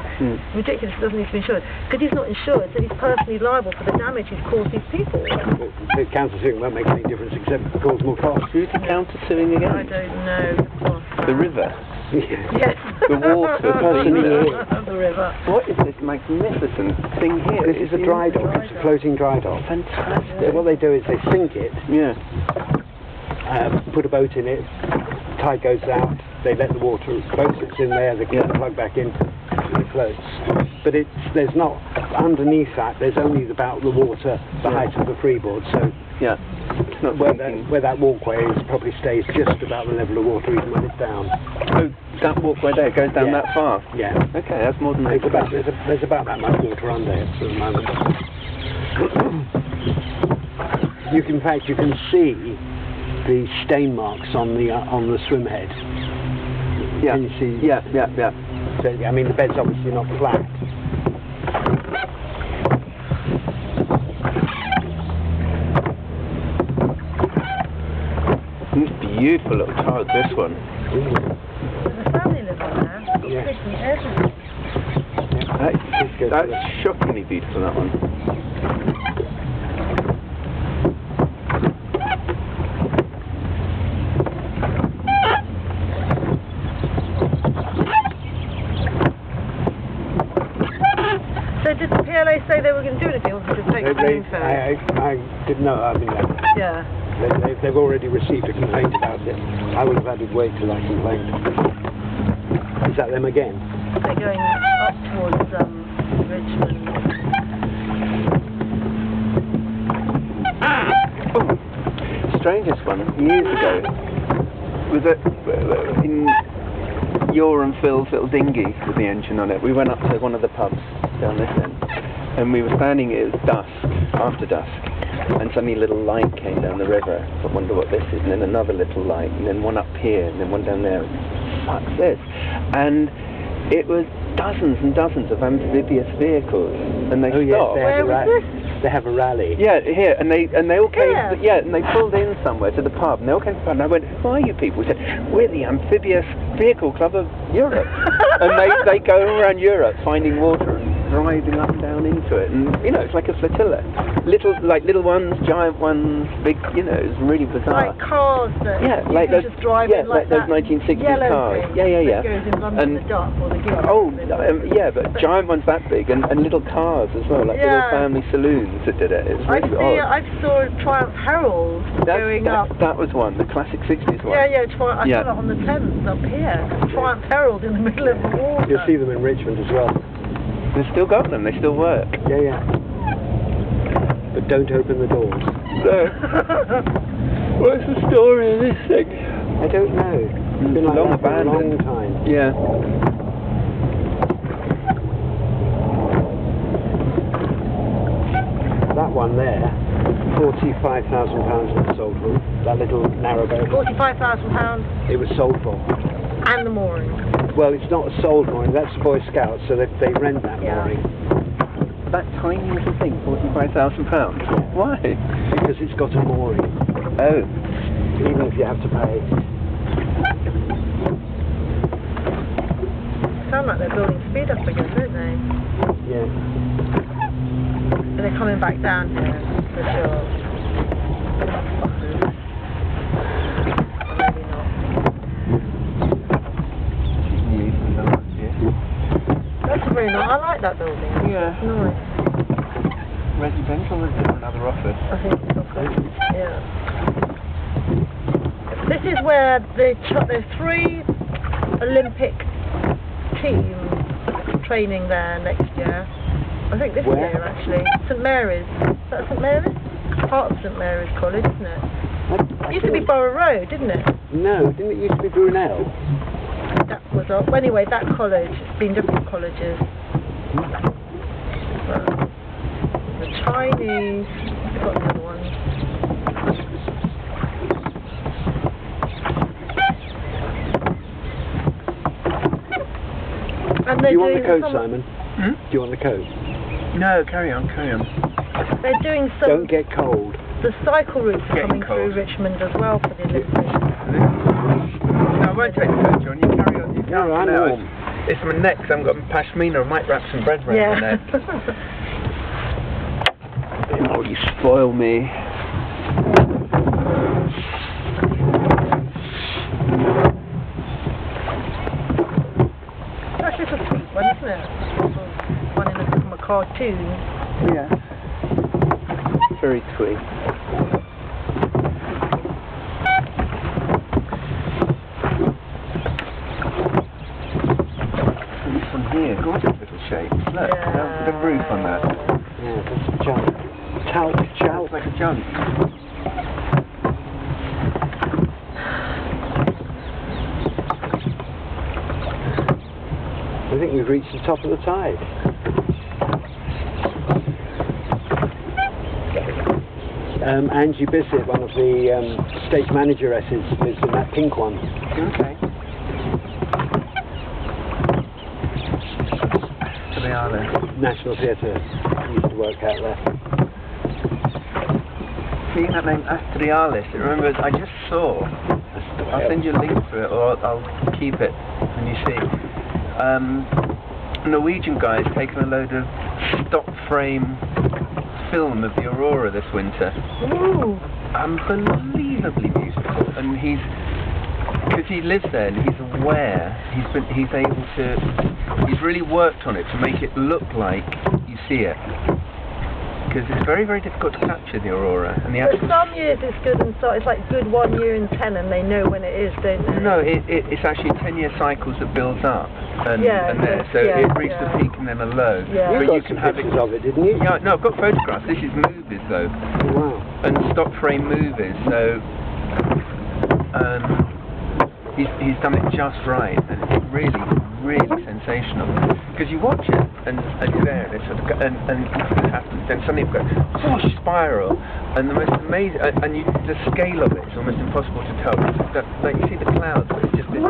Ridiculous, he doesn't need to be insured. Because he's not insured, so he's personally liable for the damage he's caused these people.
The, the council thing won't make any difference except cause more cost.
Who's the counter suing
I
again?
don't know. what's that.
The river.
Yeah.
Yes.
The water, the person
the, river.
What is this magnificent thing here?
This is a dry dock. It's a floating dry dock. So
Fantastic.
what they do is they sink it,
Yeah.
um, put a boat in it, tide goes out, they let the water, boat sits in there, they get the plug back in, it floats. But it's, there's not, underneath that, there's only about the water, the height of the freeboard, so
Yeah. It's not
where
sinking.
that, where that walkway is probably stays just about the level of water even when it's down.
Oh, that walkway there goes down
Yeah.
that far.
Yeah.
Okay, that's more than I
There's about,
expected.
there's, a, there's about that much water on there at the moment. You can, in fact, you can see the stain marks on the uh, on the swim head.
Yeah.
Can you see?
Yeah, yeah, yeah.
So, I mean, the bed's obviously not flat.
It's beautiful little child, this one.
The family lives on there. They've got
Yeah.
fish and everything.
That,
Let's go
that's
through that.
shockingly beautiful, that one.
So did the PLA say they were going to do anything, or was it just take
They-
the
they-
green ferry?
I, I, I didn't know. I mean, uh,
Yeah.
they, they, they've already received a complaint about it. I would have had to wait till I complained. Is that them again?
They're going up towards um, Richmond.
Oh, strangest one years ago was it uh, in your and Phil's little dinghy with the engine on it. We went up to one of the pubs down this end, and we were standing. It was dusk, after dusk, and suddenly a little light came down the river. I wonder what this is, and then another little light, and then one up here, and then one down there. What's this? And it was dozens and dozens of amphibious vehicles, and they
oh yes,
stopped.
they have,
Where
a
was
ra- they have a rally.
Yeah, here, and they and they all came.
Yeah.
Yeah. and they pulled in somewhere to the pub, and they all came to the pub, and I went, "Who are you people?" They said, "We're the amphibious vehicle club of Europe," and they they go around Europe finding water and driving up and down into it, and you know, it's like a flotilla, little like little ones, giant ones, big, you know, it's really bizarre.
Like cars that
Yeah,
you
like
can
those-
just drive in
yeah,
like, that
like those 1960s
yellow
cars.
thing
Yeah, yeah, yeah.
That goes in London
And-
the dark or the gill.
Oh, um, yeah, but giant ones that big, and, and little cars as well, like
Yeah.
little family saloons that did it. It's
I
really
see.
odd.
I saw Triumph Herald
oh. That's-
going
that,
up.
that was one, the classic 60s one.
Yeah, yeah. Tri- I
Yeah.
saw that on the Thames up here. Triumph Herald in the middle of the water.
You'll see them in Richmond as well.
They've still got them, they still work.
Yeah, yeah. But don't open the doors.
So, what's the story of this thing?
I don't know. It's been
it's
like
long
that for a long
abandoned.
time.
Yeah.
That one there, forty-five thousand pounds was sold for. That little narrowboat.
Forty-five thousand pounds
It was sold for.
and the mooring.
Well, it's not sold mooring. That's the Boy Scouts, so they, they rent that
Yeah.
mooring
That tiny little thing, £45,000. Why?
because it's got a mooring,
Oh.
even if you have to pay.
Sound like they're building speed up again, don't they?
Yeah.
And they're coming back down here for sure. Or maybe not. That's really nice. I like that building.
Yeah.
It's nice.
Residential is another office.
I think it's okay. Yeah. This is where the ch- there's three Olympic teams training there next year. I think this
Where?
year actually. St Mary's. Is that St Mary's? Part of St Mary's College, isn't it?
I- I
It used to be
thought-
Borough Road, didn't it?
No, didn't it used to be Brunel?
That was up. Well, anyway, that college, it's been different colleges. But the Chinese, I've got another one. And
Do
they're
you want the
doing some-
coat, Simon?
Hmm?
Do you want the coat?
No, carry on, carry on.
They're doing some
Don't get cold.
the cycle route's
Getting
coming through
cold.
Richmond as well for the Olympics.
No, I won't take the coat, John. You carry on. You carry
No,
on.
I'm
it's-
warm.
It's my neck. 'cause I haven't got my pashmina. I might wrap some bread round my
Yeah.
neck.
Oh, you spoil me.
That's just a sweet one, isn't it? One in a, from a cartoon.
Yeah. Very sweet. From here, gorgeous little shapes. Look, um, the, the roof on that.
Yeah, that's junk. Talc,
Chow,
chalk.
like a junk.
I think we've reached the top of the tide. Um, Angie Bissett, one of the um, stage manageresses, lives in that pink one.
Okay. So they are there.
National Theatre used to work out there.
Seeing that name Astrialis, it remembers I just saw. I'll send you a link to it, or I'll, I'll keep it when you see. Um, Norwegian guy's taken a load of stop frame film of the aurora this winter.
Ooh.
Unbelievably beautiful, and he's because he lives there and he's aware. He's been he's able to. He's really worked on it to make it look like you see it. Because it's very, very difficult to capture the aurora and the
But
actual
some years it's good and so it's like good one year in ten and they know when it is, don't they?
No, it, it, it's actually 10 year cycles that builds up and,
Yeah,
and there.
yeah,
So
yeah,
it reaches
yeah.
a peak and then a low.
Yeah.
But
You got
you
some
can have it.
pictures of it, didn't you?
Yeah, no, I've got photographs. This is movies though,
Wow.
and stop frame movies. So um, he's, he's done it just right, and it's really, really sensational. Because you watch it and, and you're there, and it's sort of go- and, and it happens, then suddenly it goes whoosh spiral, and the most amazing, and, and you, the scale of it is almost impossible to tell. It's just that, like you see the clouds, but it's just this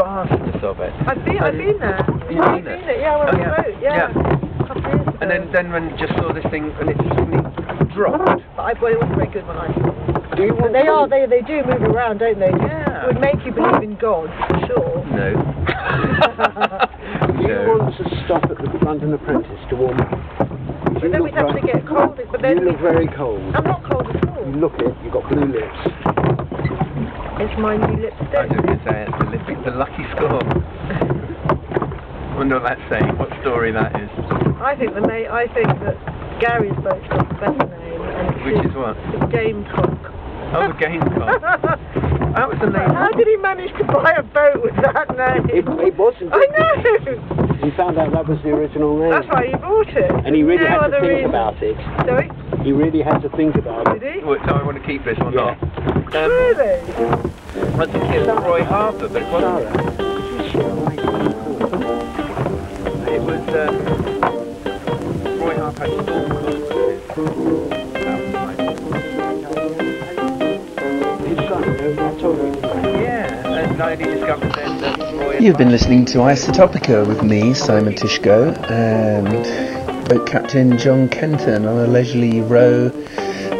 vastness of it.
I've been, I've
And-
been there.
You've
I've
been there?
yeah, when I
Oh, yeah.
wrote, yeah. A couple of years ago.
And then, then when you just saw this thing, and it suddenly dropped.
But I, well, it wasn't very good when I saw it.
Do you
But
want
they are, they, they do move around, don't they?
Yeah.
Would make you believe in God, for sure.
No.
Do you
no.
want to stop at the London Apprentice to warm up? You
But then
look
we'd have to
very-
get cold, but then
You
we,
look very cold.
I'm not cold at
You
all.
look it, you've got blue lips.
It's my new
I was
lipstick.
just going to say it's the, li- the lucky score. Wonder what that's saying. What story that is.
I think the mate, I think that Gary's boat's got the best name, and
Which
it's
is what?
the Gamecock.
Oh, the game card. That was the name.
How did he manage to buy a boat with that
It,
name?
it wasn't.
I know.
He found out that was the original name.
That's why he bought it.
And he really
no
had to
other
think
reason.
about it.
Sorry,
He really had to think about it.
did he?
Well, do I want to keep this or
Yeah.
not? Um,
Really?
I think it was Roy Harper, but it wasn't.
Sarah, could you share my phone call?
It was um, Roy Harper. had Storm Clock. That was nice.
His son, no, I told you.
Yeah, and I only discovered then that Roy.
You've been listening to Isotopica with me, Simon Tishko, and boat captain John Kenton on a leisurely row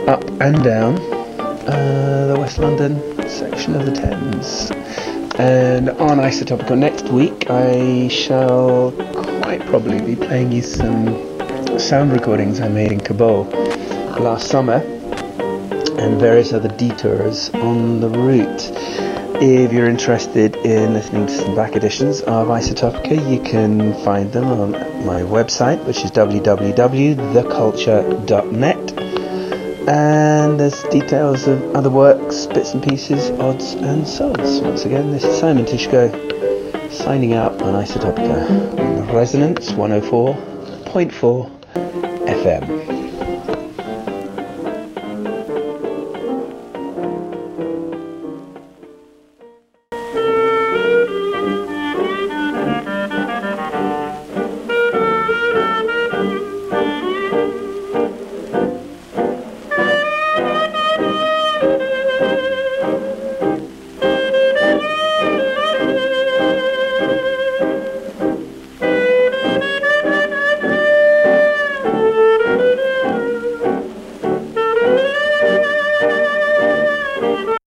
up and down uh, the West London section of the Thames. And on Isotopica next week, I shall quite probably be playing you some sound recordings I made in Kabul last summer and various other detours on the route. If you're interested in listening to some back editions of Isotopica, you can find them on my website, which is www.theculture.net. And there's details of other works, bits and pieces, odds and sods. Once again, this is Simon Tishko signing out on oh Isotopica on Resonance 104.4 FM.